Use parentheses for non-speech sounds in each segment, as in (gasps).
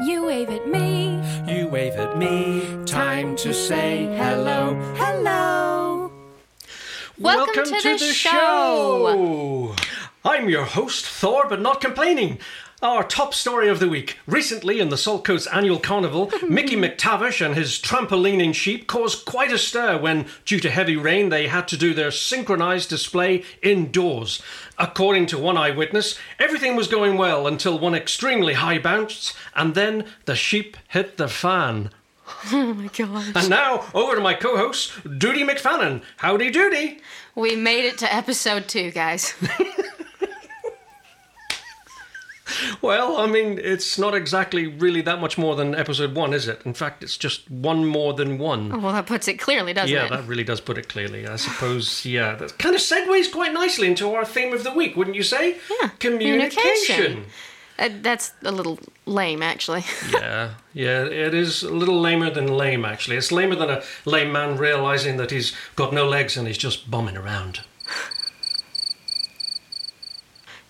You wave at me. You wave at me. Time to say hello. Hello. Welcome, to, the, show. I'm your host, Thor, but not complaining. Our top story of the week. Recently, in the Salt Coast Annual Carnival, Mickey McTavish and his trampolining sheep caused quite a stir when, due to heavy rain, they had to do their synchronized display indoors. According to one eyewitness, everything was going well until one extremely high bounce, and then the sheep hit the fan. Oh my god. And now, over to my co host, Doody McFannon. Howdy doody! We made it to episode two, guys. Well, I mean, it's not exactly really that much more than episode one, is it? In fact, it's just one more than one. (laughs) well, that puts it clearly, doesn't yeah, it? that really does put it clearly. I suppose, yeah, that kind of segues quite nicely into our theme of the week, wouldn't you say? Yeah, communication. Uh, that's a little lame, actually. (laughs) (laughs) yeah, yeah, it is a little lamer than lame, actually. It's lamer than a lame man realizing that he's got no legs and he's just bombing around.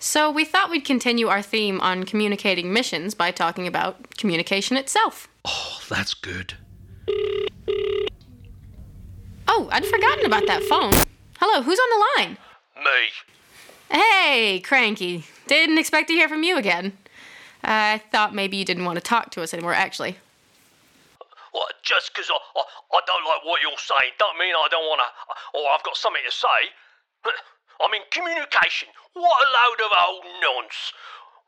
So, we thought we'd continue our theme on communicating missions by talking about communication itself. Oh, that's good. Oh, I'd forgotten about that phone. Hello, who's on the line? Me. Hey, Cranky. Didn't expect to hear from you again. I thought maybe you didn't want to talk to us anymore, actually. What, just 'cause I, I, I don't like what you're saying, don't mean I don't want to, or I've got something to say. (laughs) I mean, communication. What a load of old nonce.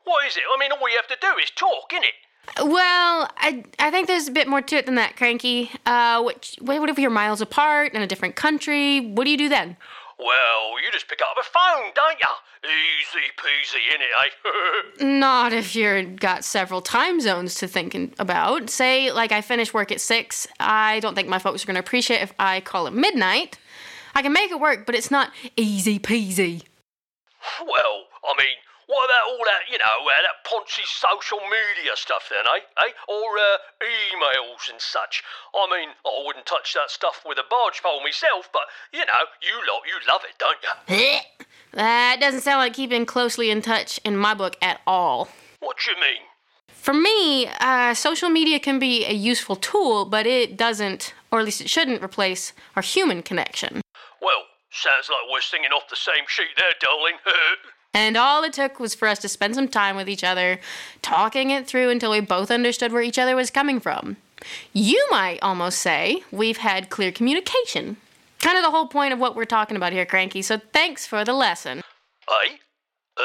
What is it? I mean, all you have to do is talk, innit? Well, I, I think there's a bit more to it than that, Cranky. Uh, what, what if you're miles apart in a different country? What do you do then? Well, you just pick up the phone, don't ya? Easy peasy, innit, eh? (laughs) Not if you've got several time zones to think in- about. Say, like, I finish work at six. I don't think my folks are going to appreciate if I call at midnight. I can make it work, but it's not easy peasy. (laughs) well, I mean, what about all that, you know, uh, that Ponzi social media stuff then, eh? eh? Or uh, emails and such. I mean, I wouldn't touch that stuff with a barge pole myself, but, you know, you lot, you love it, don't ya? That doesn't sound like keeping closely in touch in my book at all. What you mean? For me, uh, social media can be a useful tool, but it doesn't, or at least it shouldn't, replace our human connection. Well, sounds like we're singing off the same sheet there, darling. (laughs) And all it took was for us to spend some time with each other, talking it through until we both understood where each other was coming from. You might almost say we've had clear communication. Kind of the whole point of what we're talking about here, Cranky, so thanks for the lesson. eh? Uh,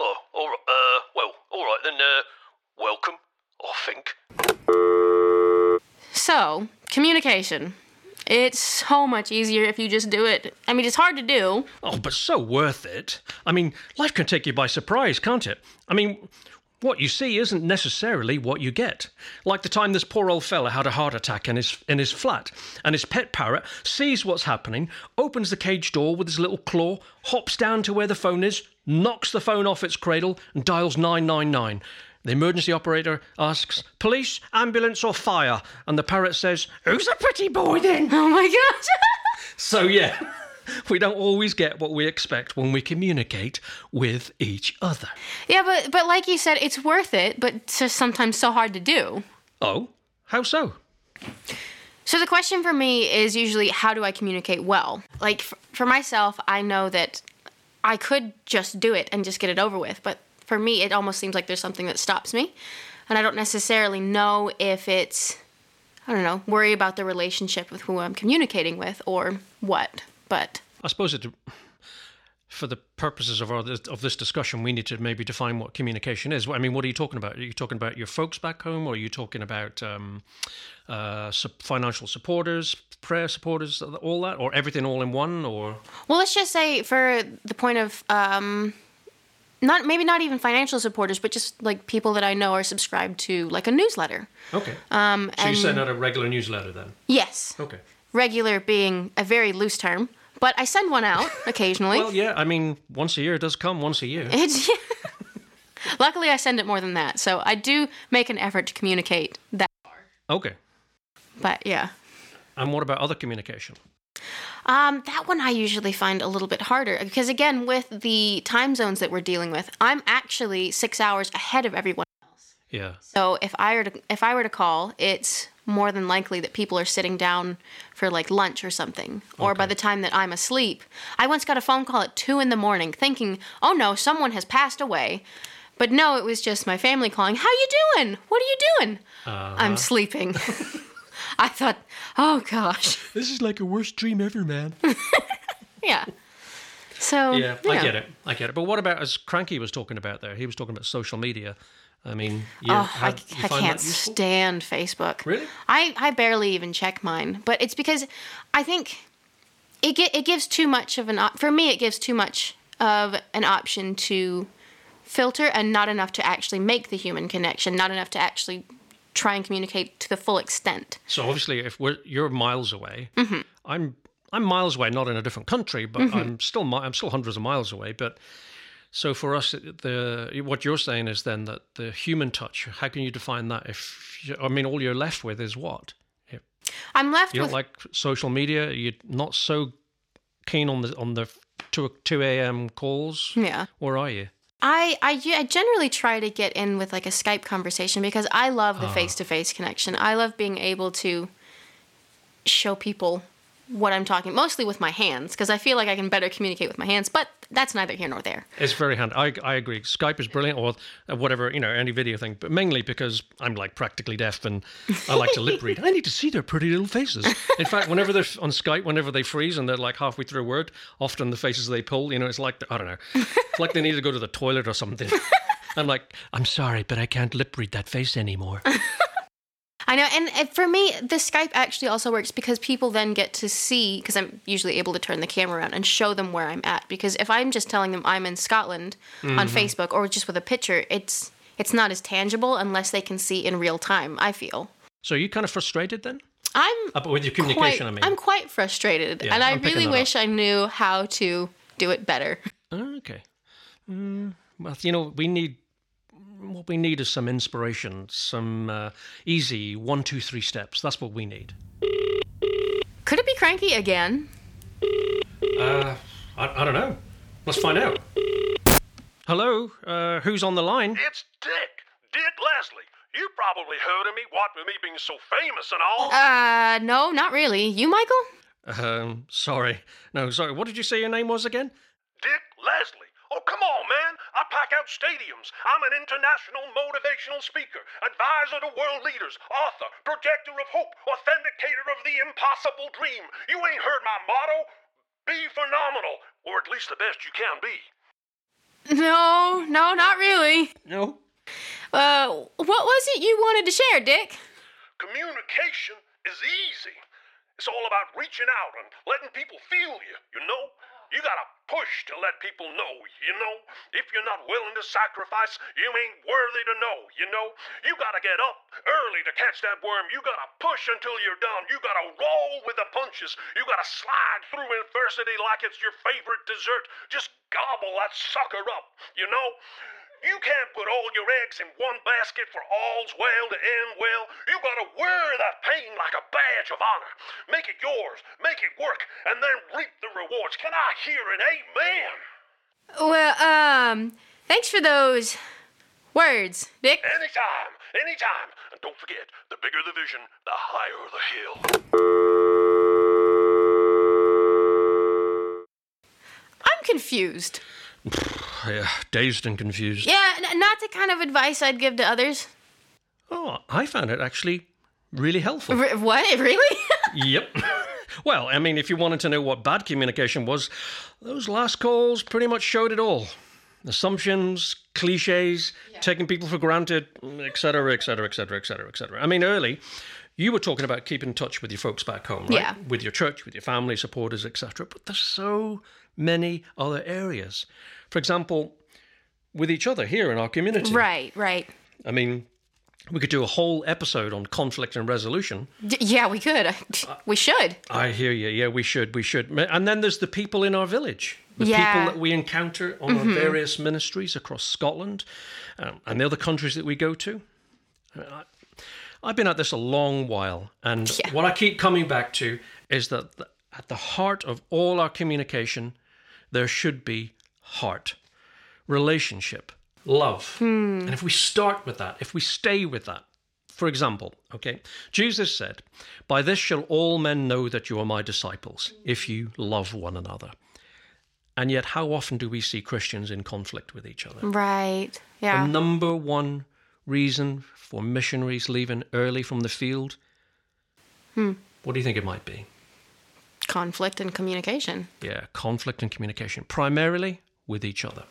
oh, all right, uh, well, all right then, uh, welcome, I think. So, communication. It's so much easier if you just do it. I mean, it's hard to do. (laughs) Oh, but so worth it. I mean, life can take you by surprise, can't it? I mean, what you see isn't necessarily what you get. Like the time this poor old fella had a heart attack in his in his flat, and his pet parrot sees what's happening, opens the cage door with his little claw, hops down to where the phone is, knocks the phone off its cradle, and dials 999. The emergency operator asks, "Police, ambulance, or fire?" And the parrot says, "Who's a pretty boy then?" Oh my gosh! (laughs) So, yeah, (laughs) we don't always get what we expect when we communicate with each other. yeah, but but like you said, it's worth it, but it's just sometimes so hard to do. Oh, how so? So the question for me is usually how do I communicate well? Like f- for myself, I know that I could just do it and just get it over with, but for me it almost seems like there's something that stops me, and I don't necessarily know if it's I don't know, worry about the relationship with who I'm communicating with or what. But I suppose it, for the purposes of, our, of this discussion, we need to maybe define what communication is. I mean, what are you talking about? Are you talking about your folks back home, or are you talking about um, uh, sup- financial supporters, prayer supporters, all that, or everything all in one? Or Well, let's just say for the point of um, not maybe not even financial supporters, but just like people that I know are subscribed to like a newsletter. okay, Um, so you and send out a regular newsletter then? yes, Okay. regular being a very loose term, but I send one out occasionally. Well, yeah, I mean, once a year it does come once a year. It's- (laughs) luckily, I send it more than that, so I do make an effort to communicate that. Okay. But yeah. And what about other communication? Um, that one I usually find a little bit harder because, again, with the time zones that we're dealing with, I'm actually six hours ahead of everyone Yeah. So if I were to if I were to call, it's more than likely that people are sitting down for like lunch or something. Or by the time that I'm asleep, I once got a phone call at two in the morning, thinking, "Oh no, someone has passed away," but no, it was just my family calling. How you doing? What are you doing? Uh-huh. I'm sleeping. (laughs) I thought, oh gosh, (laughs) This is like a worst dream ever, man. yeah. So (laughs) Yeah, I get it. I get it. But what about as Cranky was talking about there? He was talking about social media. I mean, yeah, Oh, how- I, you I find can't that useful? stand Facebook. Really? I, I barely even check mine, but it's because I think it gi- it gives too much of an op- for me it gives too much of an option to filter and not enough to actually make the human connection, not enough to actually try and communicate to the full extent. So obviously, if we're, you're miles away, Mm-hmm. I'm I'm miles away, not in a different country, but I'm still mi- I'm still hundreds of miles away. But so for us, it- the what you're saying is then that the human touch. How can you define that? If you, I mean, all you're left with is what I'm left you with don't like social media. You're not so keen on the on the two two a.m. calls. yeah. Where are you? I, I u- I generally try to get in with like a Skype conversation because I love the face to face connection. I love being able to show people what I'm talking, mostly with my hands, because I feel like I can better communicate with my hands. But that's neither here nor there. It's very handy. I, I agree. Skype is brilliant, or whatever you know, any video thing. But mainly because I'm like practically deaf, and I like to lip read. I need to see their pretty little faces. In fact, whenever they're on Skype, whenever they freeze and they're like halfway through a word, often the faces they pull, you know, it's like I don't know, it's like they need to go to the toilet or something. I'm like, I'm sorry, but I can't lip read that face anymore. I know, and uh, for me, the Skype actually also works because people then get to see because I'm usually able to turn the camera around and show them where I'm at. Because if I'm just telling them I'm in Scotland on Facebook or just with a picture, it's it's not as tangible unless they can see in real time. I feel. So are you kind of frustrated then I'm Uh, but with your communication? quite, I am mean, quite frustrated, Yeah, and I I'm picking really that up. wish I knew how to do it better. Oh, okay. Mm, well, you know, we need what we need is some inspiration, some uh, easy one, two, three steps. That's what we need. Could it be cranky again? Uh, I, I don't know. Let's find out. Hello, uh, who's on the line? It's Dick. Dick Leslie. You probably heard of me, what with me being so famous and all. Uh, no, not really. You, Michael? Um, sorry, no, sorry. What did you say your name was again? Dick Leslie. Oh, come on, man. I pack out stadiums. I'm an international motivational speaker, advisor to world leaders, author, projector of hope, authenticator of the impossible dream. You ain't heard my motto? Be phenomenal, or at least the best you can be. No, no, not really. No. Uh, what was it you wanted to share, Dick? Communication is easy. It's all about reaching out and letting people feel you, you know? You gotta push to let people know, you know? If you're not willing to sacrifice, you ain't worthy to know, you know? You gotta get up early to catch that worm. You gotta push until you're done. You gotta roll with the punches. You gotta slide through adversity like it's your favorite dessert. Just gobble that sucker up, you know? You can't put all your eggs in one basket for all's well to end well. You gotta wear that pain like a badge of honor. Make it yours, make it work, and then reap the rewards. Can I hear an amen? Well, um, thanks for those words, Dick. Anytime, anytime. And don't forget, the bigger the vision, the higher the hill. I'm confused. (sighs) Yeah, dazed and confused. Yeah, n- not the kind of advice I'd give to others. Oh, I found it actually really helpful. R- what? (laughs) Really? Yep. (laughs) Well, I mean, if you wanted to know what bad communication was, those last calls pretty much showed it all. Assumptions, cliches, taking people for granted, et cetera, et cetera, et cetera, et cetera, et cetera. I mean, early, you were talking about keeping in touch with your folks back home, right? Yeah. With your church, with your family, supporters, et cetera. But there's so many other areas. For example, with each other here in our community. right, right. I mean, we could do a whole episode on conflict and resolution. D- yeah, we could. (laughs) we should. I hear you. Yeah, we should. We should. And then there's the people in our village, the Yeah. people that we encounter on our various ministries across Scotland um, and the other countries that we go to. I mean, I, I've been at this a long while, and what I keep coming back to is that th- at the heart of all our communication, there should be heart, relationship, love. And if we start with that, if we stay with that, for example, okay, Jesus said, By this shall all men know that you are my disciples, if you love one another. And yet, how often do we see Christians in conflict with each other? Right. Yeah. The number one reason for missionaries leaving early from the field? What do you think it might be? Conflict and communication. Yeah, conflict and communication, primarily with each other,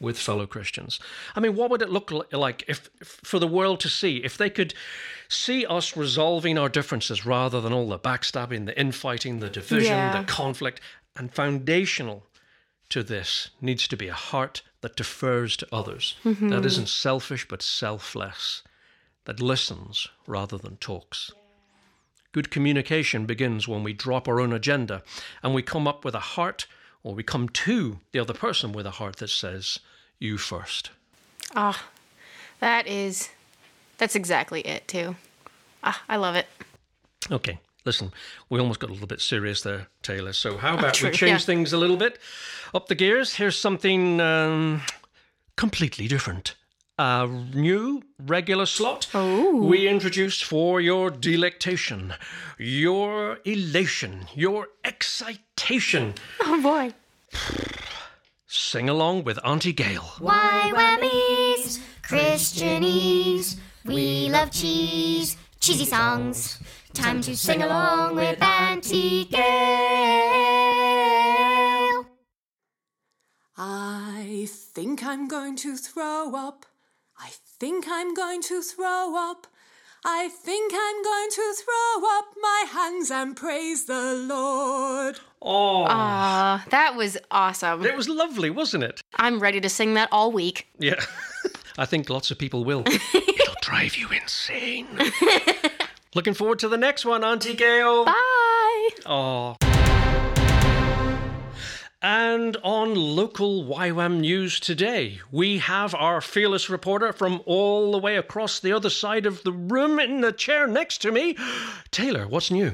with fellow Christians. I mean, what would it look li- like if, if for the world to see if they could see us resolving our differences rather than all the backstabbing, the infighting, the division, Yeah. the conflict, and foundational to this needs to be a heart that defers to others, that isn't selfish but selfless, that listens rather than talks. Good communication begins when we drop our own agenda and we come up with a heart, or we come to the other person with a heart that says, You first. Ah, that is, that's exactly it too. Ah, I love it. Okay, listen, we almost got a little bit serious there, Taylor. So, how about true, we change yeah. things a little bit? Up the gears, here's something um, completely different. A new regular slot Oh. we introduced for your delectation, your elation, your excitation. Oh boy. Sing along with Auntie Gail. Why whammies? Christianese. We love cheese. Cheesy songs. Time to sing along with Auntie Gail. I think I'm going to throw up. I think I'm going to throw up. I think I'm going to throw up my hands and praise the Lord. Oh, Ah, that was awesome. it was lovely, wasn't it? I'm ready to sing that all week. Yeah. (laughs) I think lots of (laughs) people will. It'll drive you insane. Looking forward to the next one, Auntie Gail. Bye. Oh. And on local YWAM news today, we have our fearless reporter from all the way across the other side of the room in the chair next to me. (gasps) Taylor, what's new?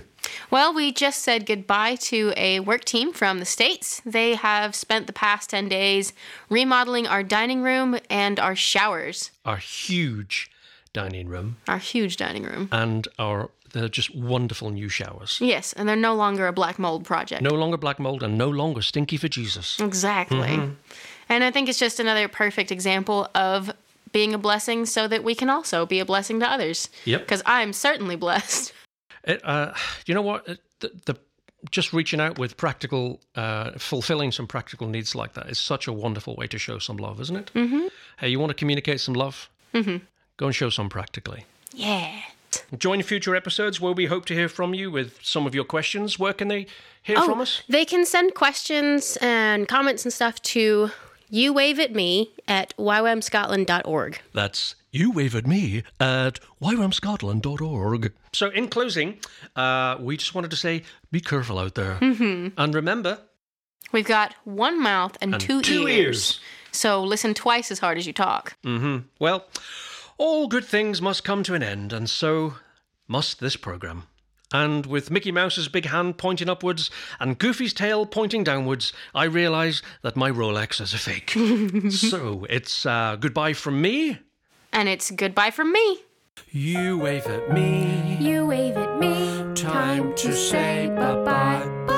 Well, we just said goodbye to a work team from the States. They have spent the past 10 days remodeling our dining room and our showers, Our huge dining room our huge dining room. and our they're just wonderful new showers. Yes, and they're no longer a black mold project. No longer black mold and no longer stinky for Jesus. Exactly. Mm-hmm. And I think it's just another perfect example of being a blessing so that we can also be a blessing to others. Yep. Because I'm certainly blessed. It, uh, you know what? It, the, the just reaching out with practical, uh, fulfilling some practical needs like that is such a wonderful way to show some love, isn't it? Mm-hmm. Hey, you want to communicate some love? Mm-hmm. Go and show some practically. Yeah. Join future episodes where we hope to hear from you with some of your questions. Where can they hear from us? Oh, They can send questions and comments and stuff to you wave at me at ywamscotland.org. That's you wave at me at ywamscotland.org. So, in closing, uh, we just wanted to say be careful out there. Mm-hmm. And remember, We've got one mouth and, and two, ears. two ears. Mm-hmm. So listen twice as hard as you talk. Well, all good things must come to an end, and so must this programme. And with Mickey Mouse's big hand pointing upwards and Goofy's tail pointing downwards, I realise that my Rolex is a (laughs) fake. so it's uh, goodbye from me. And it's goodbye from me. You wave at me. You wave at me. Time to say bye bye.